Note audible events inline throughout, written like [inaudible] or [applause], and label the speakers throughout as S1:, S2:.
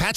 S1: Matt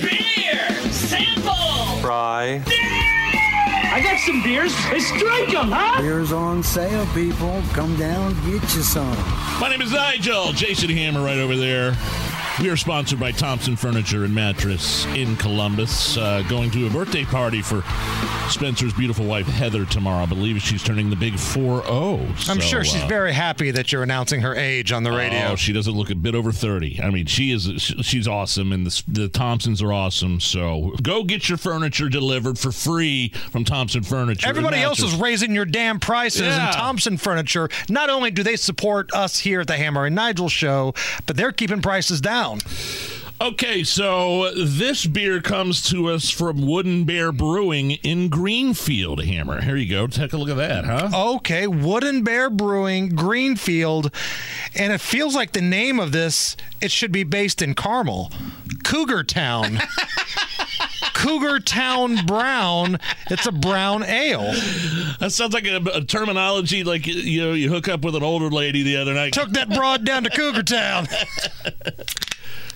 S2: beer sample.
S3: Fry.
S4: I got some beers. Hey, strike 'em, huh?
S5: Beer's on sale, people. Come down, get you some.
S2: My name is Nigel. Jason Hammer, right over there. We are sponsored by Thompson Furniture and Mattress in Columbus. Uh, going to a birthday party for Spencer's beautiful wife Heather tomorrow. I believe she's turning the big oh, 4 0.
S6: I'm sure she's very happy that you're announcing her age on the radio.
S2: uh, Oh, she doesn't look a bit over 30. I mean, she is sh- she's awesome and the, the Thompsons are awesome. So go get your furniture delivered for free from Thompson Furniture. and
S6: Everybody else
S2: Mattress.
S6: is raising your damn prices,
S2: Yeah.
S6: and Thompson Furniture. Not only do they support us here at the Hammer and Nigel Show, but they're keeping prices down.
S2: Okay, so this beer comes to us from Wooden Bear Brewing in Greenfield, Hammer. Here you go. Take a look at that, huh?
S6: Okay, Wooden Bear Brewing, Greenfield, and it feels like the name of this. It should be based in Carmel, Cougar Town.
S2: [laughs]
S6: Cougar Town Brown. It's a brown ale. Oh.
S2: That sounds like a, a terminology like you know you hook up with an older lady the other night.
S6: Took that broad down to Cougar Town.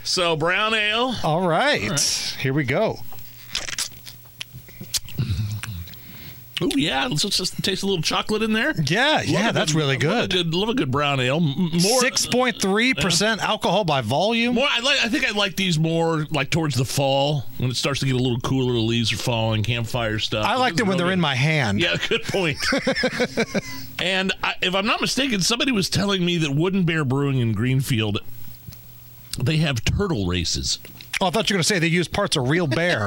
S2: So brown ale.
S6: All right. Here we go.
S2: Oh yeah, let's let's just taste a little chocolate in there.
S6: Yeah, yeah, that's really
S2: Love a
S6: good.
S2: good, love a good brown ale. M- More
S6: 6.3% alcohol by volume.
S2: More, I like. I think I like these more like towards the fall when it starts to get a little cooler. The leaves are falling, campfire stuff.
S6: I liked it when they're in my hand.
S2: Yeah, good point. and I, if I'm not mistaken, somebody was telling me that Wooden Bear Brewing in Greenfield, they have turtle races.
S6: Oh, I thought you were going to say they use parts of
S2: [laughs]
S6: real bear.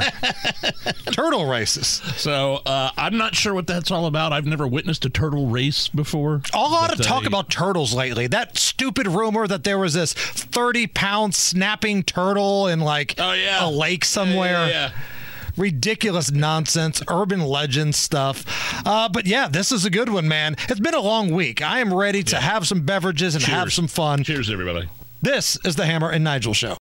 S6: Turtle races.
S2: So uh, I'm not sure what that's all about. I've never witnessed a turtle race before.
S6: A lot
S2: But uh,
S6: of talk
S2: they-
S6: about turtles lately. That stupid rumor that there was this 30 pound snapping turtle in like
S2: Oh, yeah.
S6: a lake
S2: Yeah,
S6: somewhere.
S2: yeah, yeah.
S6: ridiculous nonsense, urban legend stuff. Uh, but yeah, this is a good one, man. It's been a long week. I am ready to have some beverages and have
S2: Cheers.
S6: some fun.
S2: Cheers, everybody.
S6: This is the Hammer and Nigel Show.